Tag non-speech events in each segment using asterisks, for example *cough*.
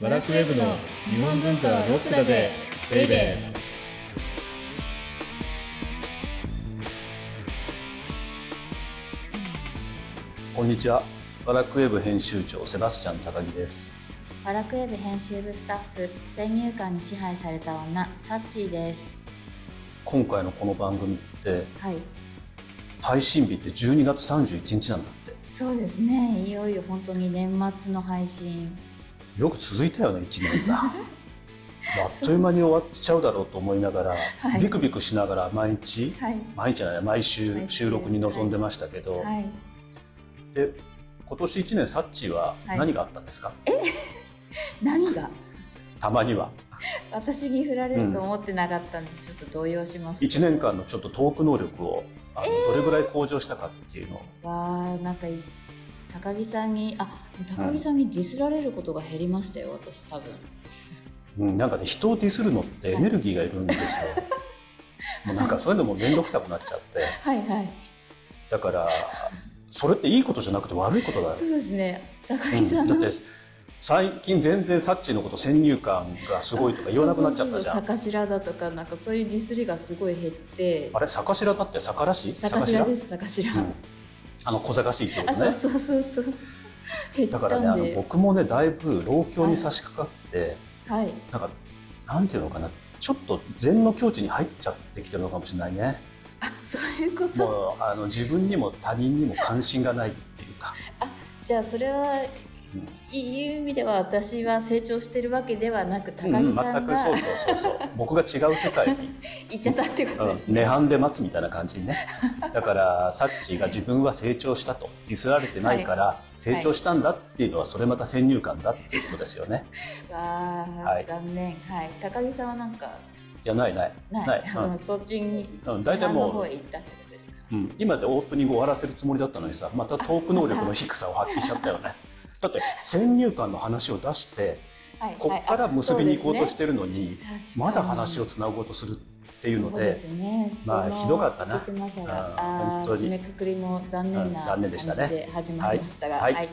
バラクウェブの日本文化はロックだぜベイベーこんにちは。バラクウェブ編集長セバスチャン高木です。バラクウェブ編集部スタッフ先入観に支配された女サッチーです今回のこの番組ってはい配信日って12月31日なんだって。そうですねいよいよ本当に年末の配信よく続いたよね一 *laughs* 年さ。あっという間に終わっちゃうだろうと思いながら、はいビクビクしながら毎日、はい毎日じゃない毎週毎週収録に臨んでましたけど、はいで今年一年サッチーははい何があったんですか？何がたまには私に振られると思ってなかったんで、ちょっと動揺します一年間のちょっとトーク能力をあの、どれぐらい向上したかっていうのをわあなんかい高木さんにあ高木さんにディスられることが減りましたよ私多分うん、なんかね人をディスるのってエネルギーがいる *laughs* んですよ。もうなんかそういうのも面倒くさくなっちゃってはいはいだからそれっていいことじゃなくて悪いことだよ。そうですね高う木さんんだの、って最近全然サッチーのこと先入観がすごいとか言わなくなっちゃそったじゃ。うそうそうん坂白だとかなんかそういうディスりがすごい減ってあれ坂白だって坂らしい坂白です坂白、うんあの小坂しいってこあとそうね。そうそうそう減っだたからねあんので、僕もねだいぶ老境に差し掛かって、はい *laughs* なんかなんていうのかなちょっと禅の境地に入っちゃってきてるのかもしれないね。あそういうこともうあの自分にも他人にも関心がないっていうか、じゃあそれはうんいい意味では私は成長してるわけではなく高う木んさ全んくがそうそうそう *laughs* そう僕が違う世界に、行っちゃったってこうとんですね、 *laughs* 涅槃で待つみたいな感じにねだからサッチーが自分は成長したとディスられてないから、成長したんだっていうのはそれまた先入観だっていうことですよね。わあ、はい残念はい高木さんはなんかいやないない、ないない *laughs* あのそっちにうん、大大体体のも方へう、行ったってことですかうん、今でオープニング終わらせるつもりだったのにさまたトーク能力の低さを発揮しちゃった *laughs* よね。だって先入観の話を出してはいこはいっから結びに行こうとしててるのに、まだ話をつなごうとするっていうのそうでですねまあそのひどかったないけてなさがうんあ本ー当に締めくくりも残念なうん残感念でしたねじで始まりましたが、はいはい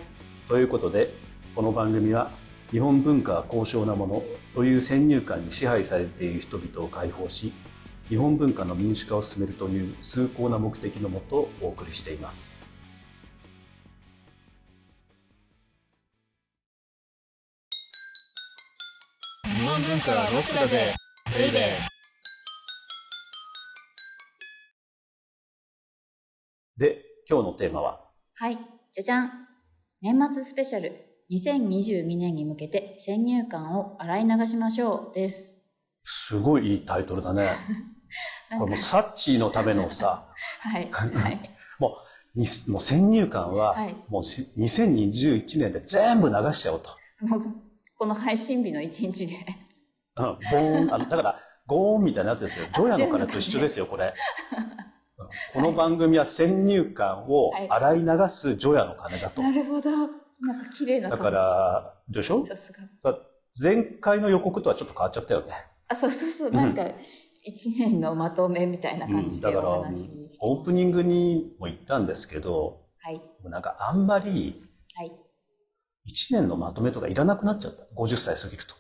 ということでこの番組は日本文化は高尚なものという先入観に支配されている人々を解放し日本文化の民主化を進めるという崇高な目的のもとお送りしています日本文化はロックだぜベイベーで今日のテーマははい、じゃじゃん。年末スペシャル2022年に向けて先入観を洗い流しましょうです。すごいいいタイトルだ *laughs* ねなんこかれもうサッチーのためのさはい、はい、にもう先入観は、はいもうし2021年で全部流しちゃおうともうこの配信日の一日で。うん、ボーン、あの、だから、ゴーンみたいなやつですよ。ジョヤのからと一緒ですよ、これ。うん *laughs* この番組は先入観を洗い流すジョヤの鐘だと。なるほど。なんか綺麗なだ感じ。から、でしょさすが。だ前回の予告とはちょっと変わっちゃったよね。あ、そうそうそう。うんなんか一年のまとめみたいな感じでうんだからお話ししてます。オープニングにも言ったんですけど、はい、なんかあんまりはい。 1年のまとめとかいらなくなっちゃった。50歳過ぎると。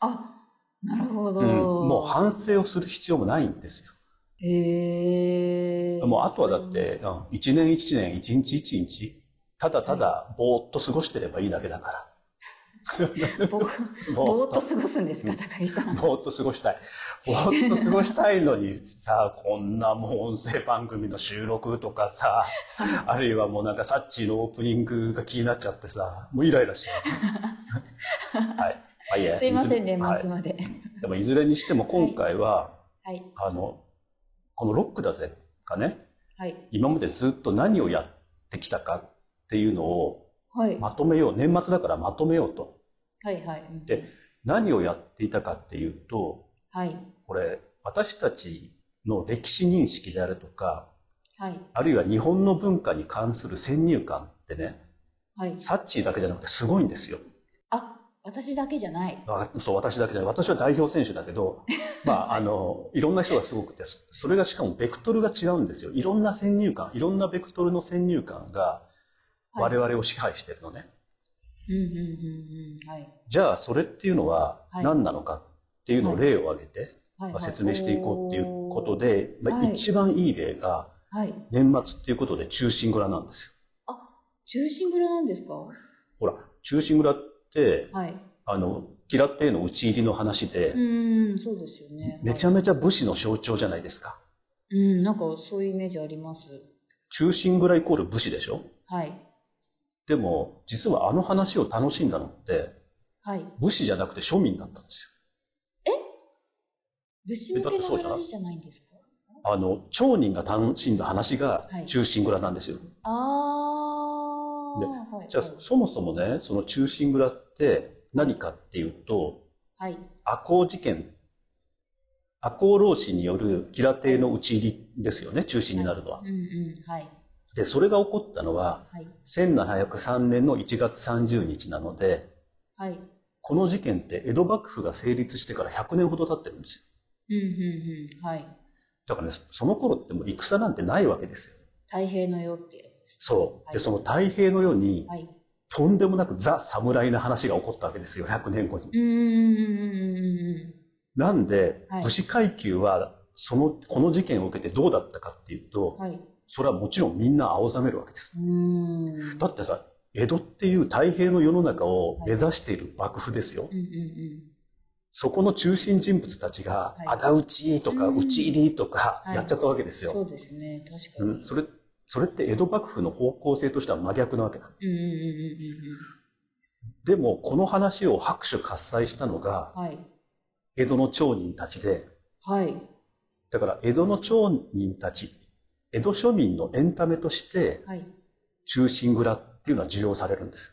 あ、なるほど。うんもう反省をする必要もないんですよ。へえ。もうあとはだって、うん、一年一年、一日一日、ただただぼーっと過ごしてればいいだけだから。それ。ぼぼーっと過ごすんですか、うん高木さん。ぼーっと過ごしたい。ぼーっと過ごしたいのにさ、こんなもう音声番組の収録とかさ、あるいはもうなんかサッチーのオープニングが気になっちゃってさ、もうイライラしち *laughs* ゃう。はい。まあえすいません、ずれ年は末まで。いでもいずれにしても今回は、はい。あの、このロックだぜかね、はい。今までずっと何をやってきたかっていうのをはい。まとめよう年末だからまとめようとはい。はい。うんで何をやっていたかっていうとはい。これ私たちの歴史認識であるとかはい。あるいは日本の文化に関する先入観ってねはい。サッチーだけじゃなくてすごいんですよあ、私だけじゃない。あそう私だけじゃない私は代表選手だけ *laughs* どまああのいろんな人がすごくてそそれがしかもベクトルが違うんですよいろんな先入観いろんなベクトルの先入観がはい我々を支配してるのね、うんうんうんうん。はい。じゃあそれっていうのははい何なのかっていうのをはい例を挙げてはい、まはあい。説明していこうっていうことおー。で、まあ、はい一番いい例がはい。年末っていうことで中心蔵なんですよ。中心蔵なんですかほら、中心蔵って、はい。あの、キラッテの討ち入りの話で、うーん、そうですよね。めちゃめちゃ武士の象徴じゃないですか。うん、なんかそういうイメージあります。中心蔵イコール武士でしょはい。でも、実はあの話を楽しんだのって、はい。武士じゃなくて庶民だったんです武士向けえだってそうじゃのない話じゃないんですかよ。あの、町人が楽しんだ話がはい中心蔵なんですよ。あー。ではい、じゃあ、はいそもそもね、その中心蔵って何かっていうと、はい。赤穂事件、赤穂浪士による吉良邸の討ち入りですよね、中心になるのはうん。うん。はい。で、それが起こったのは、はい。 1703年の1月30日なので、はい。この事件って江戸幕府が成立してから100年ほど経ってるんですよ。うんうんうん。はい。だからね、その頃ってもう戦なんてないわけですよ。太平の世ってやつです。そう。はで、いその太平の世に、はい。とんでもなくザ・侍な話が起こったわけですよ、100年後に。うーんうん。なんで、はい武士階級は、その、この事件を受けてどうだったかっていうと、はい。それはもちろんみんな青ざめるわけです。うーん。だってさ、江戸っていう太平の世の中を目指している幕府ですよ。うんうんうん。そこの中心人物たちがは、いあだ討ちとか、うん討ち入りとか、はいやっちゃったわけですよ。そうですね。確かうに。ん、それ、それって江戸幕府の方向性としては真逆なわけだ。うんうんうんうんうん。でも、この話を拍手喝采したのが、はい。江戸の町人たちで、はい。だから江戸の町人たち、江戸庶民のエンタメとして、はい。中心蔵っていうのは受容されるんです。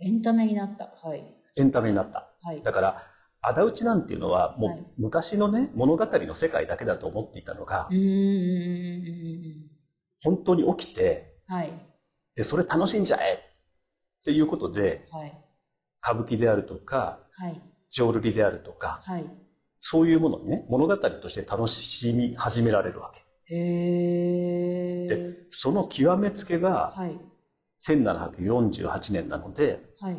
エンタメになった。はい。エンタメになった。はい。だから、あだ討ちなんていうのは、はもいう昔のね、物語の世界だけだと思っていたのがう、んうんうんうんうん。本当に起きて、はい。で、それ楽しんじゃえっていうことで、はい。歌舞伎であるとか、はい。浄瑠璃であるとか、はい。そういうものをね、物語として楽しみ始められるわけ。へでえ。その極めつけがはい。 1748年なので、はい。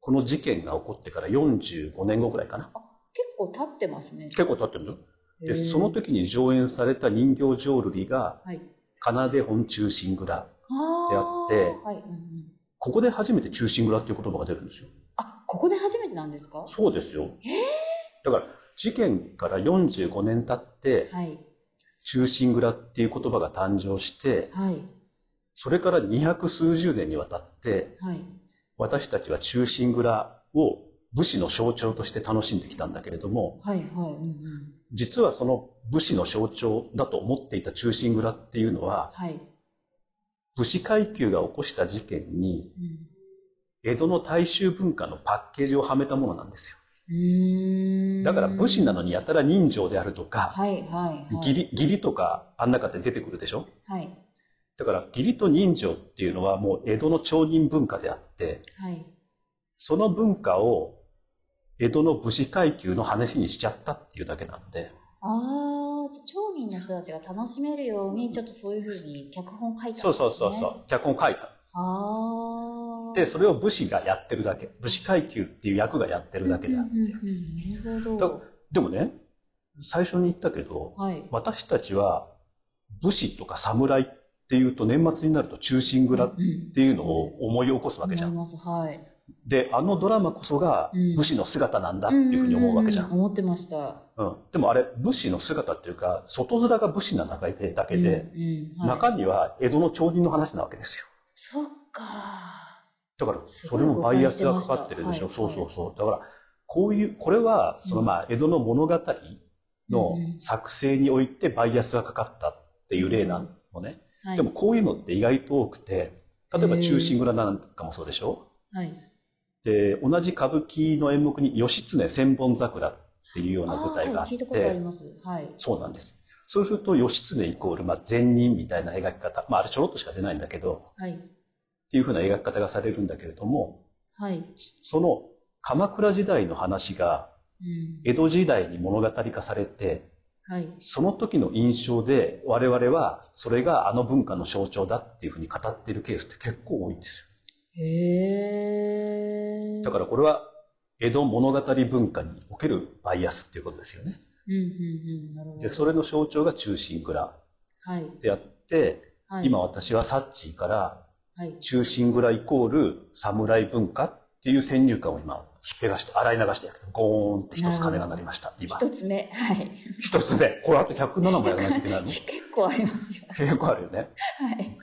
この事件が起こってから45年後くらいかな。結構経ってますね。結構経ってるのよ。へで、ーその。時に上演された人形浄瑠璃が、はい。奏で本中心蔵。ああ。であってはい。うんうん。ここで初めて中心蔵っていう言葉が出るんですよ。あ、ここで初めてなんですか。そうですよ。だから、事件から45年経って、はい。中心蔵っていう言葉が誕生して、はい。それから二百数十年にわたって、はい。私たちは中心蔵を武士の象徴として楽しんできたんだけれども、はい。はい。うんうん。実はその武士の象徴だと思っていた中心蔵っていうのは、はい。武士階級が起こした事件に、うん。江戸の大衆文化のパッケージをはめたものなんですうーよ。ん。だから武士なのにやたら人情であるとか、はい。はい。はい。義理義理とかあん中で出てくるでしょはい。だから義理と人情っていうのはもう江戸の町人文化であって、はい。その文化を江戸の武士階級の話にしちゃったっていうだけなんで、ああ、じゃあ町人の人たちが楽しめるように、ちょっとそういうふうに脚本書いたんですそね。うそうそうそう、脚本書いた。ああ。で、それを武士がやってるだけ。武士階級っていう役がやってるだけであって。うんうんうん、なるほど。でもね、最初に言ったけど、はい。私たちは武士とか侍っていうと年末になると中心蔵っっていうのを思い起こすわけじゃ思いん。ます、はい。で、あのドラマこそがうん武士の姿なんだっていうふうに思うわけじゃ。うんんうんうん思ってました。うん。でもあれ、武士の姿っていうか、外面が武士なだけで、だけで、うんうんはい、中身は江戸の町人の話なわけですよ。そっか。だから、すそごいれもバイアスがかかってるでし誤ょ。解してそまうしたそはいうそう。だから、こういう、これは、そのうんまあ、江戸の物語のうんうん作成においてバイアスがかかったっていう例なのね。はい、でも、こういうのって意外と多くて、例えばへー中心蔵なんかもそうでしょ。はい、で、同じ歌舞伎の演目に、義経千本桜っていうような舞台あーがあはっい、聞いたことありて、ます。はい。そうなんです。そうすると、義経イコール、まあ、善人みたいな描き方。まあ、あれちょろっとしか出ないんだけど、はい。っていうふうな描き方がされるんだけれども、はい。その鎌倉時代の話がうん。江戸時代に物語化されて、はい。その時の印象で我々はそれがあの文化の象徴だっていうふうに語っているケースって結構多いんですよ。へだからこれは、江戸物語文化におけるバイアスっていうことですよね。うんうんうん。なるほで、ど。それの象徴が忠臣蔵はい。であって、はい。今。私はサッチーからはい。忠臣蔵イコール侍文化っていう先入観を今、ひっぺがして、洗い流してやる、ゴーンって一つ鐘が鳴りました、今。一つ目。はい。一つ目。これあと107もやらないといけない *laughs* の結構ありますよ。結構あるよね。はい。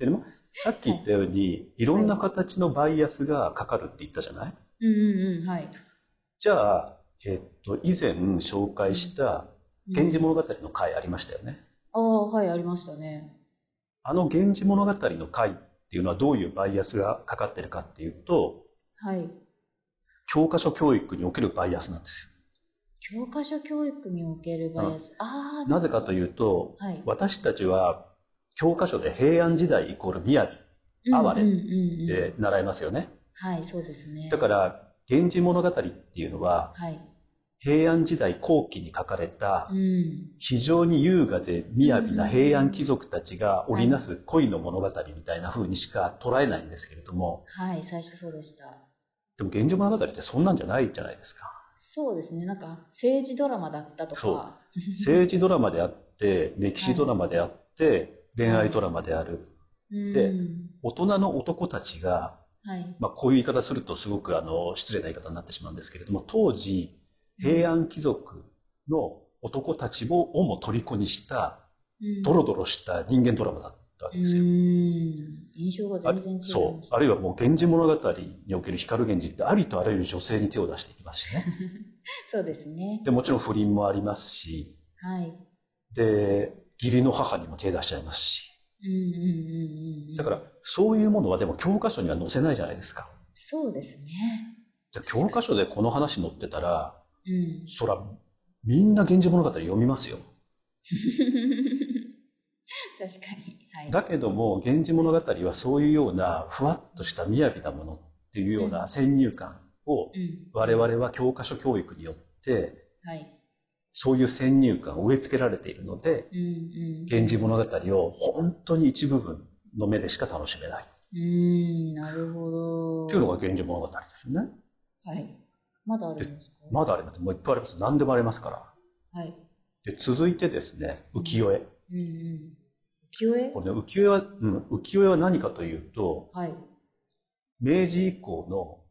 でも、さっき言ったように、いろんな形のバイアスがかかるって言ったじゃないうんうんうん。はい。じゃあ、えっと、以前紹介した、源氏物語の回ありましたよね。ああ、はい、ありましたね。あの源氏物語の回っていうのはどういうバイアスがかかってるかっていうと、はい。教科書教育におけるバイアスなんです教科書教育におけるバイアス。あよ。あ、なぜかとう。いうと、はい。私たちは教科書で平安時代イコール雅哀れうんうんうんうんで習いますよね。はい、そうですね。だから、源氏物語っていうのは、はい。平安時代後期に書かれたう、ん。非常に優雅で雅な平安貴族たちが織りなす恋の物語みたいな風にしか捉えないんですけれども、はい、最初そうでした。でも源氏物語ってそんなんじゃないじゃないですか。そうですね。なんか、政治ドラマだったとそうか。政治ドラマであって、歴史ドラマであって、恋愛ドラマである。うんで大人の男たちが、はい。まあ、こういう言い方するとすごくあの失礼な言い方になってしまうんですけれども、当時、平安貴族の男たちををも虜にした、うんドロドロした人間ドラマだったわけうですよ。ん。印象が全然違います。そう。あるいはもう、源氏物語における光源氏って、ありとあらゆる女性に手を出していきますしね。そうですね。で、もちろん不倫もありますし、はい。で、義理の母にも手出しちゃいますし。うんうんうんうんうん。だから、そういうものはでも教科書には載せないじゃないですか。そうですね。で教科書でこの話載ってたら、うん。 *laughs* そら、みんな源氏物語読みますよ。確かに。はい。だけども、源氏物語はそういうような、ふわっとした雅なものっていうような先入観うを、ん。我々は教科書教育によって、はい。そういう先入観を植え付けられているので、うんうん。源氏物語を本当に一部分の目でしか楽しめない。うん、なるほど。っていうのが源氏物語ですよね。はい。まだあるんですかまだあります。もういっぱいあります。何でもありますから。はい。で続いてですね、浮世絵。うんうん。浮世絵これね、浮世絵は、うん、浮世絵は何かというと、はい。明治以降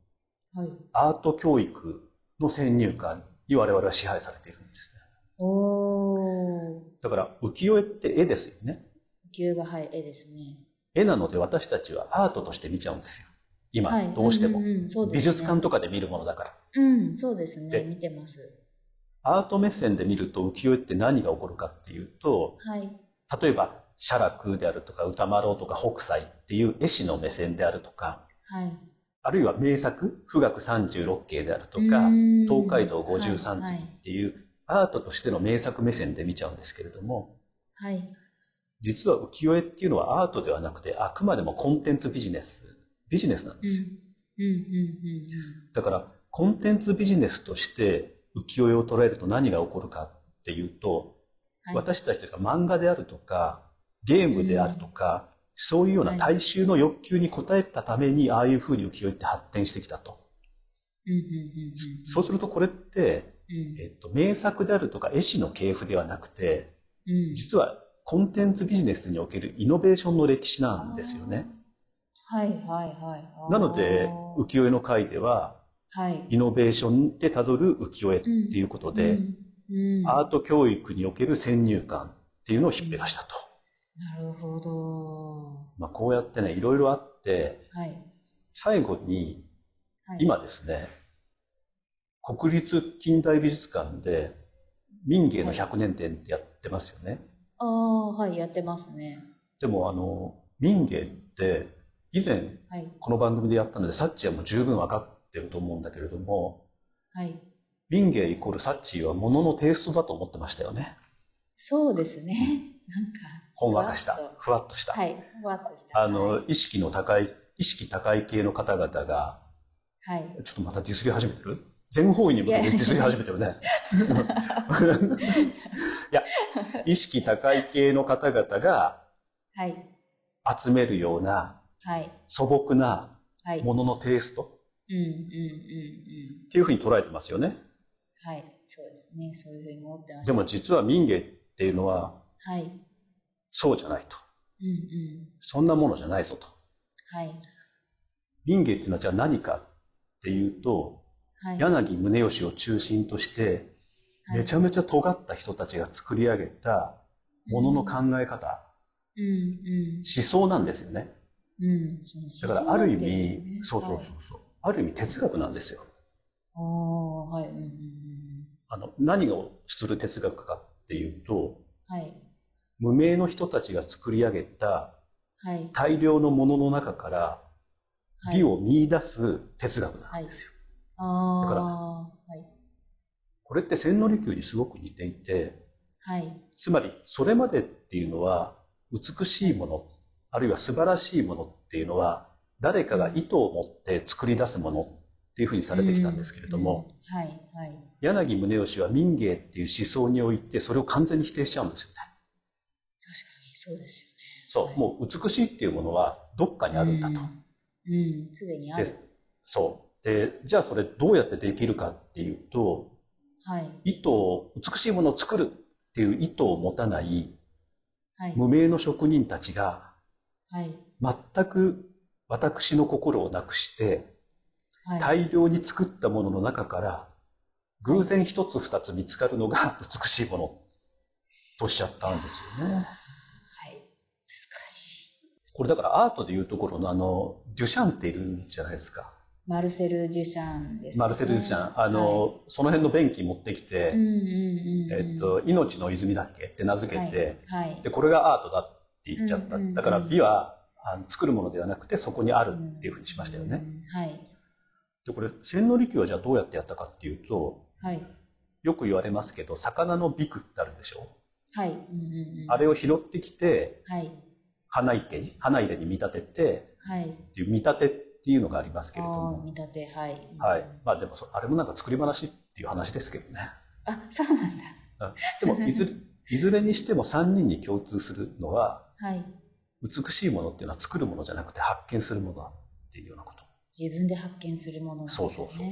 のはい。アート教育の先入観に我々は支配されているんですおー。ね。だから、浮世絵って絵ですよね。浮世絵は、はい、絵ですね。絵なので私たちはアートとして見ちゃうんですよ。今、はい。どうしても、んんんそうで美すね術館とかで見るものだから。うん、そうですね。で見てます。アート目線で見ると浮世絵って何が起こるかっていうと、はい。例えば、写楽であるとか、歌丸とか北斎っていう絵師の目線であるとか、はい。あるいは名作、富岳36景であるとうか、ーん東海道は53い次っていうアートとしての名作目線で見ちゃうんですけれども、はい。はい実は浮世絵っていうのはアートではなくて、あくまでもコンテンツビジネス、ビジネスなんうですよ。ん。うん、うん、うんだから、コンテンツビジネスとして浮世絵を捉えると何が起こるかっていうと、うん。はい。私たちが漫画であるとか、ゲームであるとか、そういうような大衆の欲求に応えたために、ああいう風に浮世絵って発展してきたと。うん、うん、うんうん。そうするとこれって、うん。えっと、名作であるとか絵師の系譜ではなくて、うん。実はコンテンツビジネスにおけるイノベーションの歴史なんですよね。はい、はい、はいあー。なので、浮世絵の回では、はい。イノベーションでたどる浮世絵っていうことで、うん、うんアート教育における先入観っていうのをひっぺがしたと。なるほど。まあ、こうやってね、いろいろあって、はい。最後に、はい、今ですね、国立近代美術館で民芸の100年展ってやってますよね。ああ、はい、やってますね。でもあの民芸って以前はい、この番組でやったのでサッチーはもう十分分かってると思うんだけれどもはい。民芸イコールサッチーはもののテイストだと思ってましたよねそうですね。 *laughs* なんか、ほんわかしたふわっとふわっとした、はい、ふわっとした。あはい、の意識の高い意識高い系の方々がはい、ちょっとまたディスり始めてる全方位に向けてディスり始めて *laughs* るねいや意識高い系の方々がはい、集めるようなはい、素朴なはい。もののテイストうんうんうんうん。ていうふうに捉えてますよね。はい、そうですね。そういうふうに思ってました。でも実は民芸っていうのははい。うんそうじゃないと。うん。そんなものじゃないぞと。はい。民芸っていうのはじゃあ何かっていうと、はい。柳宗悦を中心として、めちゃめちゃ尖った人たちが作り上げたものの考え方、うんう思想なんですよね。ん。うん。そのだからある意味、そそううそそううそ。そううそう、ある意味哲学なんですよ。ああ、はい。うんうんうんあの何をする哲学かっていうと、うん。はい。無名の人たちが作り上げたはい。大量のものの中からはい。美を見出す哲学なんですよ。あだからあー、これって千利休にすごく似ていて、はい。はい。つまりそれまでっていうのは美しいもの、あるいは素晴らしいものっていうのは誰かが意図を持って作り出すものっていうふうにされてきたんですけれども、うん。うんはい。はい。柳宗悦は民芸っていう思想においてそれを完全に否定しちゃうんですよね。確かにそうですよね。そう、はいもう美しいっていうものはどっかにあるんだと。うん。うん、すでにあるで。そう。で、じゃあそれどうやってできるかっていうと、はい。意図を、美しいものを作るっていう意図を持たないはい。無名の職人たちがはい。全く私の心をなくしてはい。大量に作ったものの中から偶然一つ二つ見つかるのが美しいものとしちゃったんですよね。はい。難しい。これだからアートでいうところのあの、デュシャンっているじゃないですか。マルセル・デュシャンですね。マルセル・デュシャン。あの、はその辺の便器持ってきいて、うんうんうんうん、えっと、命の泉だっけって名付けて、はい、はいで、これがアートだって言っちゃった。うんうんうんだから美はあの作るものではなくてそこにあるっていうふうにしましたよね。。うんはい、で、これ、千利休はじゃあどうやってやったかっていうと、はい、よく言われますけど、魚のビクってあるでしょ、はい、うんうんうん、あれを拾ってきて、はい、花池に、花入れに見立てて、はい、っていう見立てっていうのがありますけれどあもあ、。見立て、はい、はい。まあでもそ、あれもなんか作り話っていう話ですけどね。あ、そうなんだ。でも、いずれ、いずれにしても3人に共通するのは、はい、美しいものっていうのは作るものじゃなくて発見するものだっていうようなこと。自分で発見するものなんですね。そうそうそう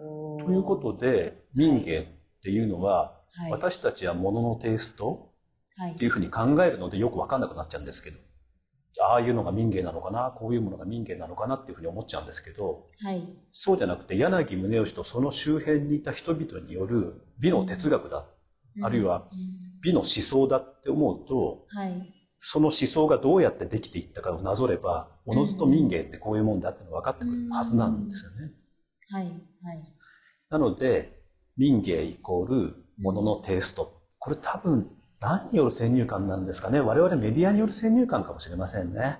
おーということで、民芸っていうのは、はい、私たちはもののテイストはいって、いうふうに考えるのでよくわかんなくなっちゃうんですけど、ああいうのが民芸なのかな、こういうものが民芸なのかなっていうふうに思っちゃうんですけど、はい、そうじゃなくて柳宗悦とその周辺にいた人々による美の哲学だあるいはうん美の思想だって思うとはい、その思想がどうやってできていったかをなぞればおのずと民芸ってこういうもんだってのが分かってくるはずなんですよね。はい、はい、なので民芸イコールもののテイストこれ多分何による先入観なんですかね我々メディアによる先入観かもしれませんね。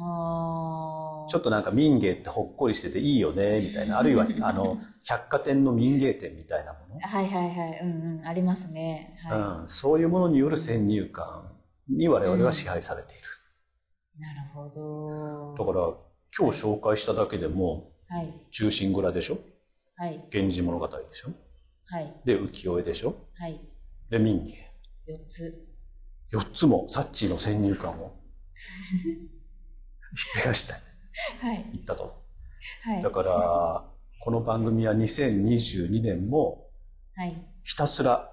ああ、ちょっとなんか民芸ってほっこりしてていいよねみたいなあるいはあの百貨店の民芸店みたいなもの。はいはいはい、うんうん、ありますね。はい、うん、そういうものによる先入観に我々は支配されている。なるほど。だから今日紹介しただけでもはい、 「忠臣蔵」でしょはい、「源氏物語」でしょはい、で「浮世絵」でしょはい、で「民芸四つ。」 4つもサッチーの先入観をひっぺがしてはい、いったとはい。だからこの番組は2022年もはい、ひたすら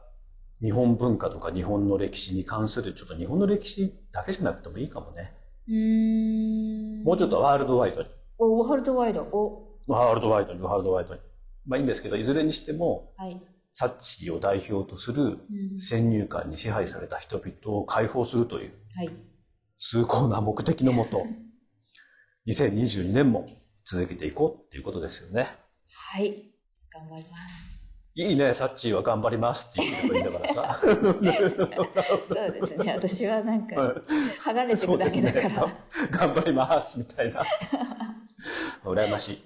日本文化とか日本の歴史に関するちょっと日本の歴史だけじゃなくてもいいかもねうーん。もうちょっと。ワールドワイドにお、ワールドワイド。お、ワールドワイドに、ワールドワイドに。まあいいんですけど、いずれにしても、はい。サッチーを代表とするうん先入観に支配された人々を解放するというはい、崇高な目的のもと、2022年も続けていこうっていうことですよね。はい、頑張ります。いいね、サッチーは頑張りますって言ってればいいんだからさ。そうですね、私はなんか、は剥がれてそくうだでけだすねから。。頑張りますみたいな。羨ましい。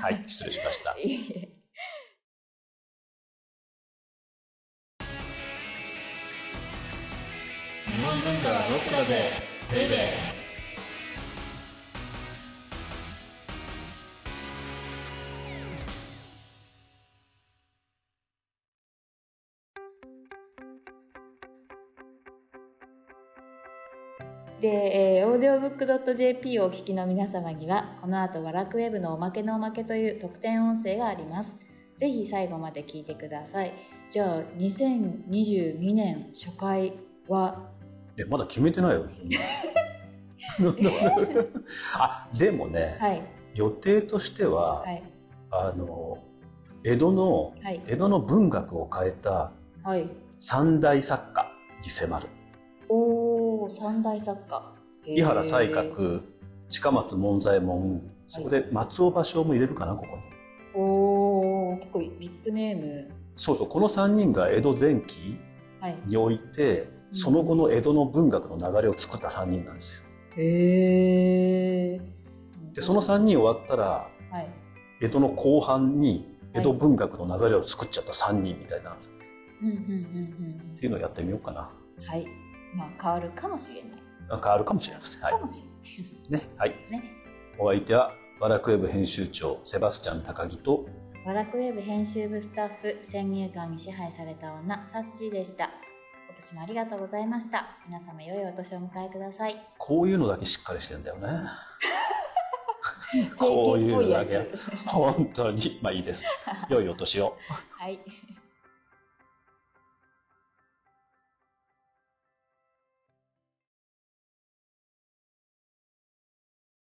はい、失礼しました。いえいえ日本文化はロックだぜベイベーで、えー、audiobook.jp をお聞きの皆様にはこの後和楽ウェブのおまけのおまけという特典音声がありますぜひ最後まで聞いてくださいじゃあ2022年初回はえ、まだ決めてないよ。 *laughs* そんなあ、でもね、はい予定としては、はいあの、江戸の、はい江戸の文学を変えたはい三大作家に迫る。おー三大作家井原西閣鶴、近松門左衛門、そこで松尾芭蕉も入れるかな、ここに。おー結構ビッグネームそうそう、この3人が江戸前期はいにおいて、うんその後の江戸の文学の流れを作った3人なんですよ。へえで、その3人終わったら、はい江戸の後半に江はい戸文学の流れを作っちゃった3人みたいなんです、うんうんうんうんっていうのをやってみようかなうんはいまあ変わるかもしれないあ変わるかもしれませんはかいもしれないねはい、ですね。お相手はワラクウェブ編集長セバスチャン高木とワラクウェブ編集部スタッフ先入観に支配された女サッチーでした。今年もありがとうございました。皆様良いお年をお迎えください。こういうのだけしっかりしてんだ *laughs* よねこういうのだけ定期っぽいやつ本当にまあいいです良いお年をはい。